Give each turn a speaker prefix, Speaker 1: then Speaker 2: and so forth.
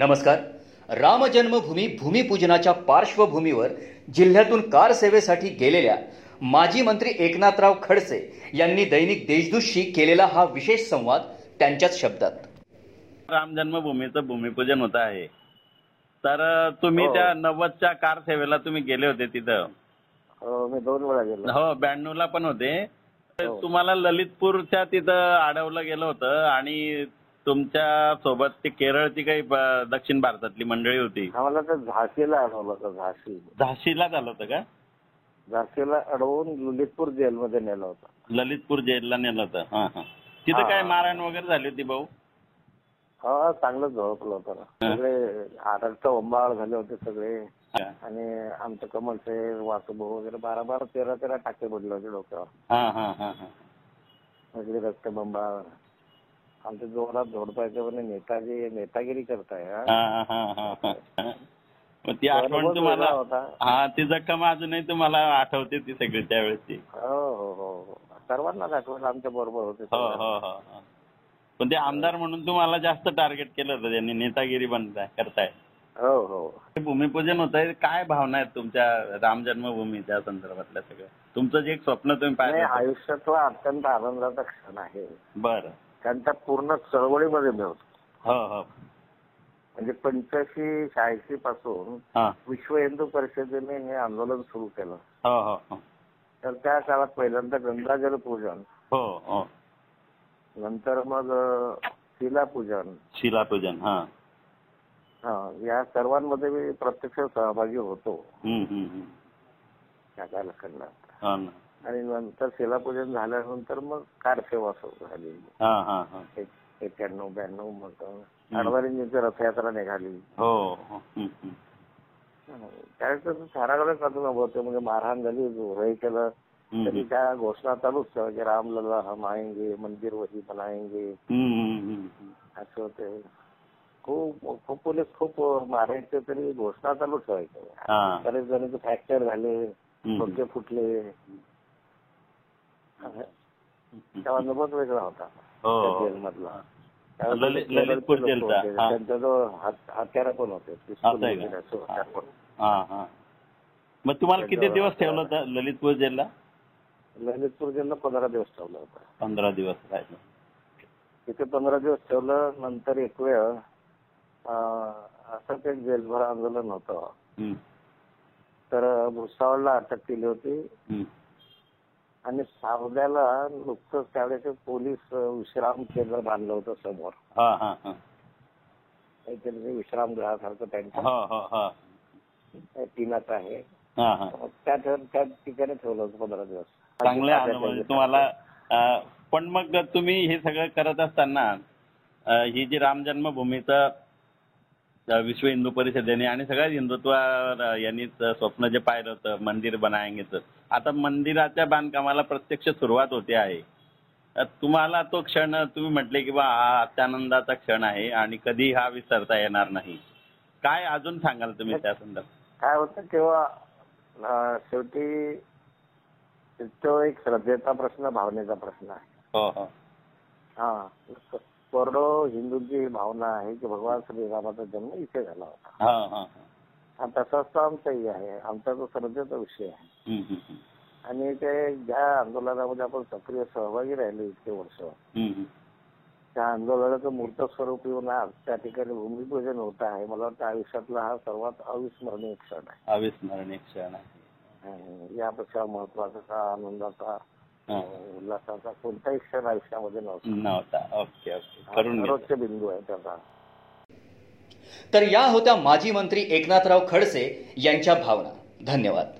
Speaker 1: नमस्कार रामजन्मभूमी भूमिपूजनाच्या पार्श्वभूमीवर जिल्ह्यातून कार सेवेसाठी गेलेल्या माजी मंत्री एकनाथराव खडसे यांनी दैनिक देशदूतशी केलेला हा विशेष संवाद त्यांच्याच शब्दात
Speaker 2: राम जन्मभूमीचं भूमिपूजन होत आहे तर अ, तुम्ही
Speaker 3: हो.
Speaker 2: त्या नव्वदच्या कार सेवेला तुम्ही गेले होते तिथं
Speaker 3: हो मी दोन वेळा गेलो
Speaker 2: हो ब्याण्णव ला पण होते तर
Speaker 3: हो.
Speaker 2: तुम्हाला ललितपूरच्या तिथं अडवलं गेलं होतं आणि तुमच्या सोबत ती केरळची काही ब- दक्षिण भारतातली मंडळी होती
Speaker 3: आम्हाला तर झाशीला अडवलं होतं झाशी
Speaker 2: झाशीला झालं होतं का
Speaker 3: झाशीला अडवून ललितपूर जेलमध्ये नेलं होतं
Speaker 2: ललितपूर जेलला नेलं होतं हा हा तिथं
Speaker 3: हा.
Speaker 2: काय मारहाण वगैरे झाली होती भाऊ
Speaker 3: हो चांगलं झोपलं होतं ना. सगळे आरडचा ओंबाळ झाले होते सगळे
Speaker 2: हा
Speaker 3: आणि आमचं कमल शेर वासुभाऊ वगैरे बारा बारा तेरा तेरा टाके पडले होते डोक्यावर
Speaker 2: हा हा हा हा.
Speaker 3: सगळे रक्तबंबा आमच्या जोरात झोडपायचं पण नेताजी नेतागिरी करताय हा.
Speaker 2: हा हा हा हा हा. मग ती आठवण
Speaker 3: अनुभव
Speaker 2: तुम्हाला
Speaker 3: वेगळा होता
Speaker 2: हा ती जखम अजूनही तुम्हाला आठवते ती सगळी त्यावेळेसची
Speaker 3: हो हो हो हो सर्वांनाच आठवण आमच्या बरोबर होते
Speaker 2: हो
Speaker 3: सगळे.
Speaker 2: हो हो हो. पण ते आमदार म्हणून तुम्हाला जास्त टार्गेट केलं होतं त्यांनी नेतागिरी बनताय करताय
Speaker 3: हो हो
Speaker 2: हे भूमिपूजन होत आहे काय भावना आहेत तुमच्या राम जन्मभूमीच्या संदर्भातल्या सगळ्या तुमचं जे एक स्वप्न तुम्ही
Speaker 3: नाही
Speaker 2: पाहिलं
Speaker 3: आयुष्यातला अत्यंत आनंदाचा क्षण आहे
Speaker 2: बर
Speaker 3: कारण त्या पूर्ण चळवळीमध्ये मी होतो
Speaker 2: हो हो
Speaker 3: म्हणजे पंच्याऐंशी शहाऐंशी पासून
Speaker 2: हा.
Speaker 3: विश्व हिंदू परिषदेने हे आंदोलन सुरू केलं
Speaker 2: हो हो हो
Speaker 3: तर त्या काळात पहिल्यांदा गंगाजल पूजन
Speaker 2: हो हो
Speaker 3: नंतर मग अं, शिलापूजन
Speaker 2: शिलापूजन हा
Speaker 3: हा, या सर्वांमध्ये मी प्रत्यक्ष सहभागी होतो
Speaker 2: हम्म, हम्म, हम्म.
Speaker 3: त्या कालखंडात
Speaker 2: हो ना.
Speaker 3: आणि नंतर शिलापूजन झाल्यानंतर मग कारसेवा सुरू झाली
Speaker 2: हा हा हा
Speaker 3: एक- एक्क्याण्णव ब्याण्णव मग अडवाणींची रथयात्रा निघाली
Speaker 2: हो हो हम्म, हम्म.
Speaker 3: त्यावेळेस साराकडे करून होते म्हणजे मारहाण झाली जोरही केलं तरी
Speaker 2: हम्म,
Speaker 3: त्या घोषणा चालूच ठेवा की रामलला हम आएंगे मंदिर वही बनाएंगे
Speaker 2: हम्म, हम्म, हम्म.
Speaker 3: असं होते खूप खूप पोलीस खूप मारायचे तरी घोषणा चालूच ठेवायचे
Speaker 2: हा
Speaker 3: बरेच जणांचे फ्रॅक्चर झाले
Speaker 2: हम्म,
Speaker 3: डोके फुटले
Speaker 2: हम्म.
Speaker 3: तेव्हा अनुभव वेगळा होता
Speaker 2: हो
Speaker 3: त्या
Speaker 2: हो.
Speaker 3: जेलमधला
Speaker 2: ललित- ललितपूर जेलचा,
Speaker 3: होते.
Speaker 2: हा.
Speaker 3: त्यांचा जो हत्यारा पण होते
Speaker 2: असं आहे का?
Speaker 3: पिस्तूल
Speaker 2: हा.
Speaker 3: वगैरे असं.
Speaker 2: हा हा मग तुम्हाला किती
Speaker 3: त्याच्यावर
Speaker 2: दिवस ठेवलं
Speaker 3: आपल्याला-
Speaker 2: होतं ललितपूर जेलला
Speaker 3: ललितपूर जेलला पंधरा दिवस ठेवला होता
Speaker 2: पंधरा दिवस राहिलं
Speaker 3: तिथे पंधरा दिवस ठेवलं नंतर एक वेळ अं, असंच एक जेलभर आंदोलन होतं
Speaker 2: हम्म,
Speaker 3: तर भुसावळला अटक केली होती
Speaker 2: हम्म.
Speaker 3: आणि सावद्याला नुकतंच त्यावेळेस एक पोलीस अं, विश्राम केंद्र बांधलं होतं समोर
Speaker 2: हा हा हा
Speaker 3: काहीतरी ते विश्रामगृहासारखं त्यांचं
Speaker 2: हो हो हा
Speaker 3: टीनाचं आहे
Speaker 2: हा हा
Speaker 3: मग त्या ठिकाण- त्या ठिकाणी ठेवलं होतं पंधरा दिवस
Speaker 2: चांगले अनुभव आहे तुम्हाला अं, पण मग तुम्ही हे सगळं करत असताना अं, ही जी राम जन्मभूमीचं अं, विश्व हिंदू परिषदेने आणि सगळ्या हिंदुत्व अं, यांनी त- स्वप्न जे पाहिलं होतं मंदिर बनायंगेचं आता मंदिराच्या बांधकामाला प्रत्यक्ष सुरुवात होते आहे अं, तुम्हाला तो क्षण तुम्ही म्हटले की बा हा अत्यानंदाचा क्षण आहे आणि कधी हा विसरता येणार नाही काय अजून सांगाल तुम्ही त्या संदर्भात
Speaker 3: काय होतं तेव्हा अं, शेवटी तो एक श्रद्धेचा प्रश्न भावनेचा प्रश्न आहे
Speaker 2: हो हो
Speaker 3: हा करोडो हिंदूंची ही भावना आहे की भगवान श्रीरामाचा जन्म इथे झाला होता
Speaker 2: हा हा हा.
Speaker 3: हा तसाच तो आमचाही आहे आमचा तो श्रद्धेचा विषय आहे
Speaker 2: हम्म, हम्म, हम्म.
Speaker 3: आणि ते ज्या आंदोलनामध्ये आपण सक्रिय सहभागी राहिलो इतके वर्ष
Speaker 2: हम्म, हम्म.
Speaker 3: त्या आंदोलनाचं मूर्त स्वरूप येऊन आज त्या ठिकाणी भूमिपूजन होत आहे मला वाटतं आयुष्यातला हा सर्वात अविस्मरणीय क्षण
Speaker 2: अविस्मरणीय क्षण आहे
Speaker 3: आहे यापेक्षा महत्वाचा आनंदाचा
Speaker 2: हा.
Speaker 3: उल्हासाचा कोणताही क्षण आयुष्यामध्ये नव्हता
Speaker 2: नव्हता ओके ओके
Speaker 3: हा
Speaker 2: करून घेतो.
Speaker 3: सर्वोच्च बिंदू आहे त्याचा
Speaker 1: तर या होत्या माजी मंत्री एकनाथराव खडसे यांच्या भावना धन्यवाद